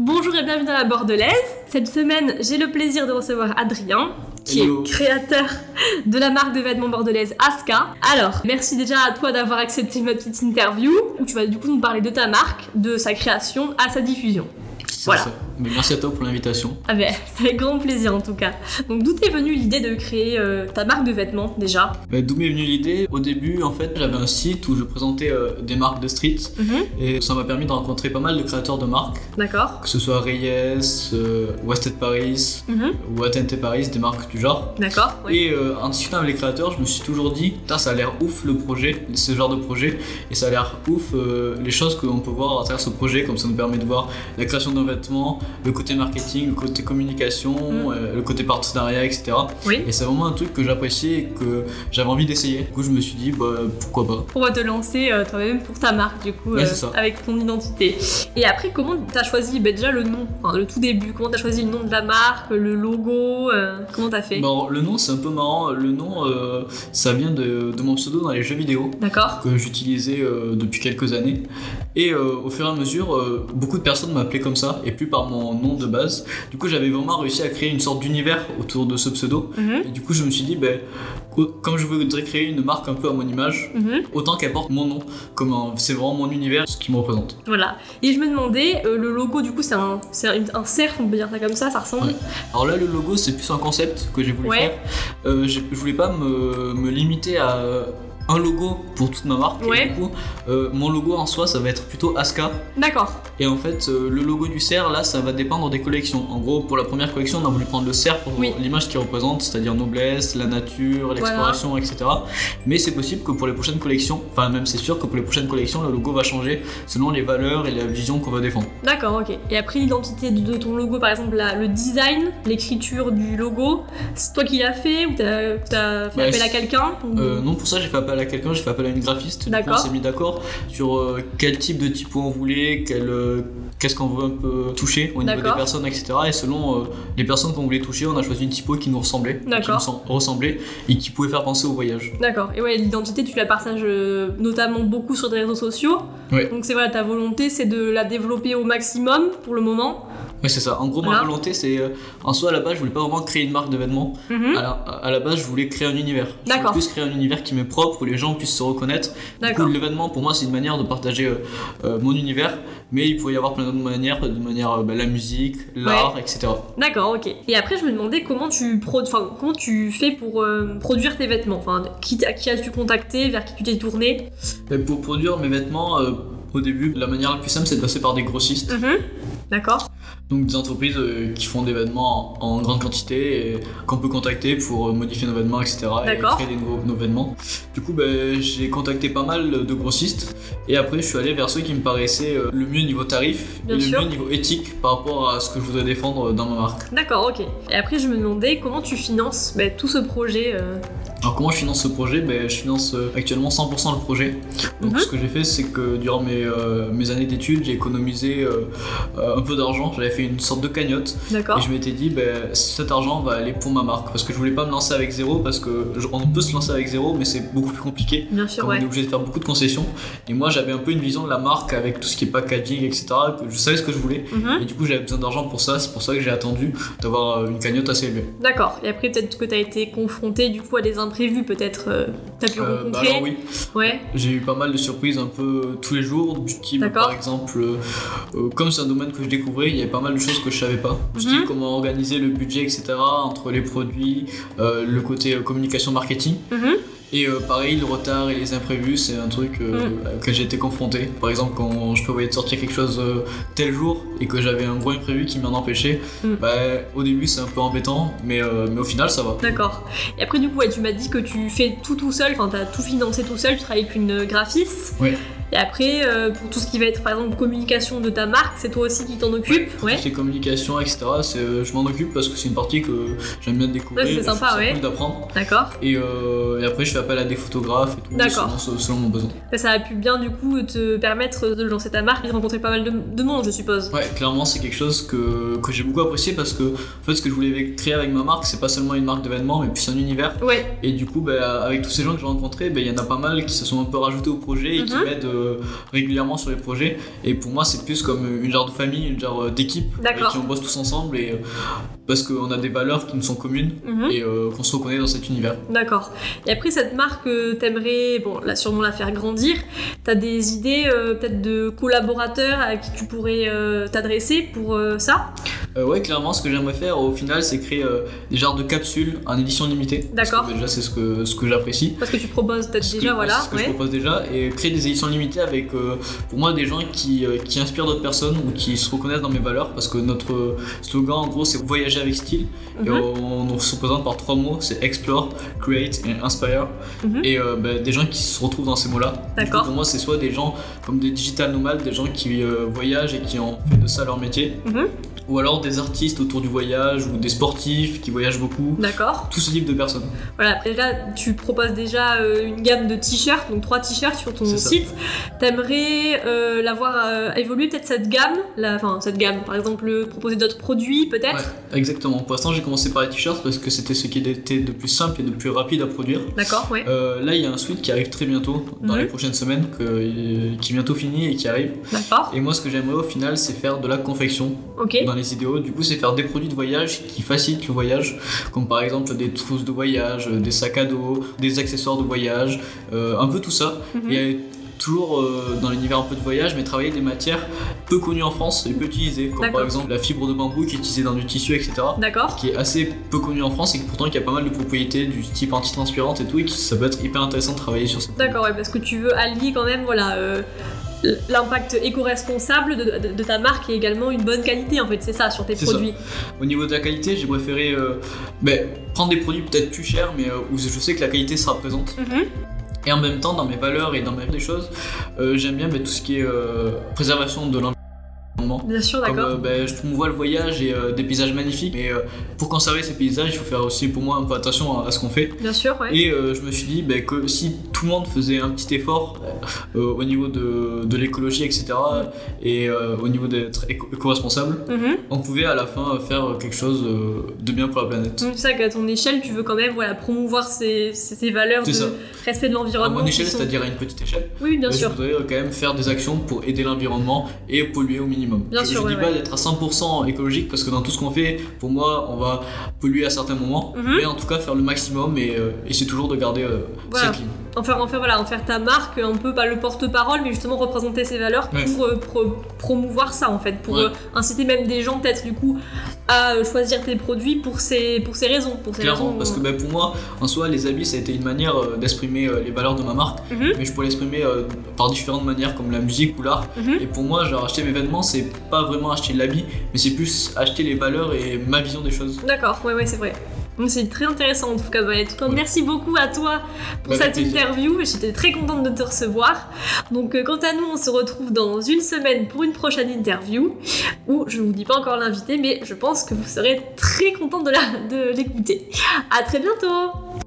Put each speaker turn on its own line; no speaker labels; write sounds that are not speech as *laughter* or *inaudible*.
Bonjour et bienvenue dans la Bordelaise. Cette semaine, j'ai le plaisir de recevoir Adrien, qui
Hello.
est créateur de la marque de vêtements bordelaise Aska. Alors, merci déjà à toi d'avoir accepté ma petite interview, où tu vas du coup nous parler de ta marque, de sa création à sa diffusion.
C'est
Voilà.
ça. Mais merci à toi pour l'invitation.
Ah ben, *laughs* c'est avec grand plaisir en tout cas. Donc, d'où t'es venue l'idée de créer euh, ta marque de vêtements déjà
Bah, D'où m'est venue l'idée Au début, en fait, j'avais un site où je présentais euh, des marques de street et ça m'a permis de rencontrer pas mal de créateurs de marques,
D'accord.
que ce soit Reyes, euh, Wasted Paris
Mhm.
ou ATNT Paris, des marques du genre.
D'accord. ouais.
Et euh, en discutant avec les créateurs, je me suis toujours dit, Putain, ça a l'air ouf le projet, ce genre de projet, et ça a l'air ouf euh, les choses qu'on peut voir à travers ce projet, comme ça nous permet de voir la création d'un vêtement, le côté marketing, le côté communication,
Mhm.
euh, le côté partenariat, etc.
Oui.
Et c'est vraiment un truc que j'appréciais et que j'avais envie d'essayer. Du coup, je me suis dit, bah pourquoi pas.
Pour te lancer euh, toi-même pour ta marque, du coup,
Ouais,
euh,
c'est ça.
avec ton identité. Et après, comment t'as choisi ben, déjà le nom, enfin, le tout début Comment t'as choisi le nom de la marque, le logo euh, Comment t'as fait
Bon, le nom, c'est un peu marrant. Le nom, euh, ça vient de, de mon pseudo dans les jeux vidéo
D'accord
que j'utilisais euh, depuis quelques années. Et euh, au fur et à mesure, euh, beaucoup de personnes m'appelaient comme ça et plus par mon nom de base. Du coup, j'avais vraiment réussi à créer une sorte d'univers autour de ce pseudo.
Mhm,
Et du coup, je me suis dit, ben, co- comme je voudrais créer une marque un peu à mon image,
mhm,
autant qu'elle porte mon nom. Comme un- c'est vraiment mon univers, ce qui me représente.
Voilà. Et je me demandais, euh, le logo, du coup, c'est un, c'est un un cercle, on peut dire ça comme ça, ça ressemble
Ouais. Alors là, le logo, c'est plus un concept que j'ai voulu
Ouais.
faire. Euh, j'ai- je voulais pas me, me limiter à un logo pour toute ma marque. Et
Ouais.
du coup, euh, mon logo en soi, ça va être plutôt Aska.
D'accord.
Et en fait, euh, le logo du cerf, là, ça va dépendre des collections. En gros, pour la première collection, on a voulu prendre le cerf pour
Oui.
l'image qu'il représente, c'est-à-dire noblesse, la nature, l'exploration, etc. Mais c'est possible que pour les prochaines collections, enfin même c'est sûr que pour les prochaines collections, le logo va changer selon les valeurs et la vision qu'on va défendre.
D'accord, ok. Et après, l'identité de, de ton logo, par exemple, la- le design, l'écriture du logo, c'est toi qui l'as fait ou t'as t'as fait
Bah,
appel à
c'est-
quelqu'un ou-
Euh, non, pour ça, j'ai fait appel à quelqu'un, j'ai fait appel à une graphiste. Du coup,
D'accord.
on s'est mis d'accord sur euh, quel type de typo on voulait, quel, euh, qu'est-ce qu'on veut un peu toucher au niveau des
D'accord.
personnes, etc. Et selon euh, les personnes qu'on voulait toucher, on a choisi une typo qui nous ressemblait, qui
D'accord.
nous sem- ressemblait et qui pouvait faire penser au voyage.
D'accord. Et ouais, l'identité, tu la partages euh, notamment beaucoup sur tes réseaux sociaux.
Ouais.
Donc c'est voilà, ta volonté, c'est de la développer au maximum pour le moment.
Oui, c'est ça. En gros,
Voilà.
ma volonté, c'est euh, en soi, à la base, je voulais pas vraiment créer une marque de vêtements.
Mhm.
À, la, à la base, je voulais créer un univers. Je voulais
D'accord.
plus créer un univers qui m'est propre, où les gens puissent se reconnaître. Du coup,
D'accord.
l'événement, pour moi, c'est une manière de partager euh, euh, mon univers, mais il pourrait y avoir plein d'autres manières, de manière euh, bah, la musique, l'art, etc.
D'accord, ok. Et après, je me demandais comment tu, produ- enfin, comment tu fais pour euh, produire tes vêtements. Enfin, qui, t- qui as-tu contacté, vers qui tu t'es tourné
Et pour produire mes vêtements, euh, au début, la manière la plus simple, c'est de passer par des grossistes,
Mhm. D'accord.
donc des entreprises euh, qui font des vêtements en, en grande quantité et qu'on peut contacter pour euh, modifier nos vêtements, etc. et
D'accord.
créer des nouveaux nos vêtements. Du coup, ben, j'ai contacté pas mal de grossistes et après, je suis allé vers ceux qui me paraissaient euh, le mieux niveau tarif
Bien
et
sûr.
le mieux niveau éthique par rapport à ce que je voudrais défendre euh, dans ma marque.
D'accord, ok. Et après, je me demandais comment tu finances bah, tout ce projet. euh.
Alors comment je finance ce projet ben, Je finance euh, actuellement 100% le projet. Donc
Mhm.
ce que j'ai fait c'est que durant mes, euh, mes années d'études j'ai économisé euh, euh, un peu d'argent, j'avais fait une sorte de cagnotte et
D'accord.
je m'étais dit ben, cet argent va aller pour ma marque parce que je voulais pas me lancer avec zéro parce que je- on peut se lancer avec zéro mais c'est beaucoup plus compliqué
Bien sûr,
quand on
ouais.
est obligé de faire beaucoup de concessions et moi j'avais un peu une vision de la marque avec tout ce qui est packaging etc que je savais ce que je voulais
Mhm.
et du coup j'avais besoin d'argent pour ça c'est pour ça que j'ai attendu d'avoir euh, une cagnotte assez élevée.
D'accord. Et après, peut-être que t'as été confronté du coup à des imprévus, peut-être. euh, T'as pu
Euh, bah
rencontrer.
alors oui,
Ouais.
J'ai eu pas mal de surprises un peu tous les jours, du type
D'accord.
par exemple, euh, euh, comme c'est un domaine que je découvrais, il y avait pas mal de choses que je savais pas, du
Mhm.
type comment organiser le budget, etc., entre les produits, euh, le côté euh, communication marketing.
Mhm.
Et euh, pareil, le retard et les imprévus, c'est un truc euh,
Mhm.
auquel j'ai été confronté. Par exemple, quand je prévoyais de sortir quelque chose euh, tel jour et que j'avais un gros imprévu qui m'en empêchait,
Mm.
bah, au début c'est un peu embêtant, mais, euh, mais au final ça va.
D'accord. Et après, du coup, ouais, tu m'as dit que tu fais tout tout seul, enfin, t'as tout financé tout seul, tu travailles avec une euh, graphiste.
Ouais.
Et après, euh, pour tout ce qui va être, par exemple, communication de ta marque, c'est toi aussi qui t'en occupe.
Pour
Ouais.
Toutes les communications, etc. c'est, euh, je m'en occupe parce que c'est une partie que j'aime bien découvrir.
Ouais, c'est
et je trouve
sympa,
ça
ouais.
cool d'apprendre.
D'accord.
Et, euh, et après, je fais appel à des photographes et tout.
D'accord.
Selon, selon mon besoin.
Bah, Ça, ça a pu bien, du coup, te permettre de lancer ta marque et de rencontrer pas mal de, de monde, je suppose.
Ouais, clairement, c'est quelque chose que, que j'ai beaucoup apprécié parce que, en fait, ce que je voulais créer avec ma marque, c'est pas seulement une marque d'événements, mais plus un univers.
Ouais.
Et du coup, bah, avec tous ces gens que j'ai rencontrés, bah, il y en a pas mal qui se sont un peu rajoutés au projet et qui
Mhm.
m'aident euh, euh, régulièrement sur les projets. Et pour moi, c'est plus comme une genre de famille, une genre euh, d'équipe,
D'accord.
avec qui on bosse tous ensemble et euh, parce qu'on a des valeurs qui nous sont communes
Mhm.
et euh, qu'on se reconnaît dans cet univers.
D'accord. Et après, cette marque, euh, t'aimerais, bon, là, sûrement la faire grandir. T'as des idées, euh, peut-être, de collaborateurs à qui tu pourrais euh, t'adresser pour euh, ça
Euh, ouais, clairement, ce que j'aimerais faire au final, c'est créer euh, des genres de capsules en édition limitée. Parce que
D'accord.
Déjà, c'est ce que, ce que j'apprécie.
Parce que tu proposes peut-être
Ce que-
déjà, voilà.
C'est ce que je
ouais.
propose déjà et créer des éditions limitées avec euh, pour moi des gens qui, euh, qui inspirent d'autres personnes ou qui se reconnaissent dans mes valeurs parce que notre euh, slogan en gros c'est voyager avec style et
Mhm.
on, on se représente par trois mots c'est explore, create et inspire
Mhm.
et euh, bah, des gens qui se retrouvent dans ces mots là.
D'accord.
Pour moi c'est soit des gens comme des digital nomades, des gens qui euh, voyagent et qui ont fait de ça leur métier
Mhm.
ou alors des artistes autour du voyage ou des sportifs qui voyagent beaucoup.
D'accord.
Tout ce type de personnes.
Voilà, après là, tu proposes déjà euh, une gamme de t-shirts, donc trois t-shirts sur ton
C'est ça.
site. T'aimerais euh, la voir euh, évoluer peut-être cette gamme, la- enfin cette gamme, par exemple euh, proposer d'autres produits peut-être.
Ouais, exactement. Pour l'instant, j'ai commencé par les t-shirts parce que c'était ce qui était de plus simple et de plus rapide à produire.
D'accord, ouais.
Euh, là, il y a un suite qui arrive très bientôt, dans
Mhm.
les prochaines semaines, que- euh, qui est bientôt fini et qui arrive.
D'accord,
Et moi, ce que j'aimerais au final, c'est faire de la confection
ok.
dans les idéaux. Du coup, c'est faire des produits de voyage qui facilitent le voyage, comme par exemple des trousses de voyage, euh, des sacs à dos, des accessoires de voyage, euh, un peu tout ça.
Mhm.
Et toujours euh, dans l'univers un peu de voyage, mais travailler des matières peu connues en France et peu utilisées, comme
D'accord.
par exemple la fibre de bambou qui est utilisée dans du tissu, etc.
D'accord.
Qui est assez peu connue en France et que pourtant il y a pas mal de propriétés du type antitranspirante et tout, et qui ça peut être hyper intéressant de travailler sur ça.
D'accord, ouais, parce que tu veux allier quand même, voilà, euh, l'impact éco-responsable de, de- de ta marque et également une bonne qualité, en fait, c'est ça, sur tes
C'est
produits.
Au niveau de la qualité, j'ai préféré euh, ben, prendre des produits peut-être plus chers, mais euh, où je sais que la qualité sera présente.
Mhm.
Et en même temps, dans mes valeurs et dans ma vie des choses, euh, j'aime bien ben, tout ce qui est euh, préservation de l'environnement.
Bien sûr,
Comme
d'accord.
euh, ben, je promouvois le voyage et euh, des paysages magnifiques, mais euh, pour conserver ces paysages, il faut faire aussi pour moi un peu attention à, à ce qu'on fait.
Bien sûr, ouais.
Et euh, je me suis dit ben, que si tout le monde faisait un petit effort euh, au niveau de, de l'écologie, etc., et euh, au niveau d'être éco- éco-responsable,
Mhm.
on pouvait à la fin euh, faire quelque chose euh, de bien pour la planète.
Donc c'est ça qu'à ton échelle, tu veux quand même voilà, promouvoir ces, ces- ces valeurs de
C'est ça.
respect de
À
l'environnement.
mon
qui
échelle,
sont-
c'est-à-dire à une petite échelle,
Oui, bien
ben,
sûr.
je voudrais euh, quand même faire des actions pour aider l'environnement et polluer au minimum.
Bien
je
sûr,
ne
ouais,
dis pas
ouais.
d'être à 100% écologique parce que dans tout ce qu'on fait, pour moi, on va polluer à certains moments,
Mhm.
mais en tout cas faire le maximum et, euh, et c'est toujours de garder euh,
Voilà.
cette ligne.
En faire, en faire, voilà, en faire ta marque, un peu pas le porte-parole, mais justement représenter ces valeurs
Ouais.
pour euh, pro- promouvoir ça en fait, pour
Ouais.
euh, inciter même des gens peut-être du coup à euh, choisir tes produits pour ces, pour ces raisons. Pour ces
Clairement,
raisons
parce que ben, pour moi, en soi, les habits, ça a été une manière euh, d'exprimer euh, les valeurs de ma marque,
Mhm.
mais je pourrais l'exprimer euh, par différentes manières, comme la musique ou l'art.
Mhm.
Et pour moi, genre, acheter mes vêtements, c'est pas vraiment acheter l'habit, mais c'est plus acheter les valeurs et ma vision des choses.
euh, D'accord, ouais, ouais, c'est vrai. Donc, C'est très intéressant en tout cas. bah, en tout cas,
Ouais.
Merci beaucoup à toi pour
Bah,
cette
avec plaisir.
interview. J'étais très contente de te recevoir. Donc, euh, quant à nous, on se retrouve dans une semaine pour une prochaine interview où je ne vous dis pas encore l'invité, mais je pense que vous serez très contente de la- de l'écouter. à très bientôt!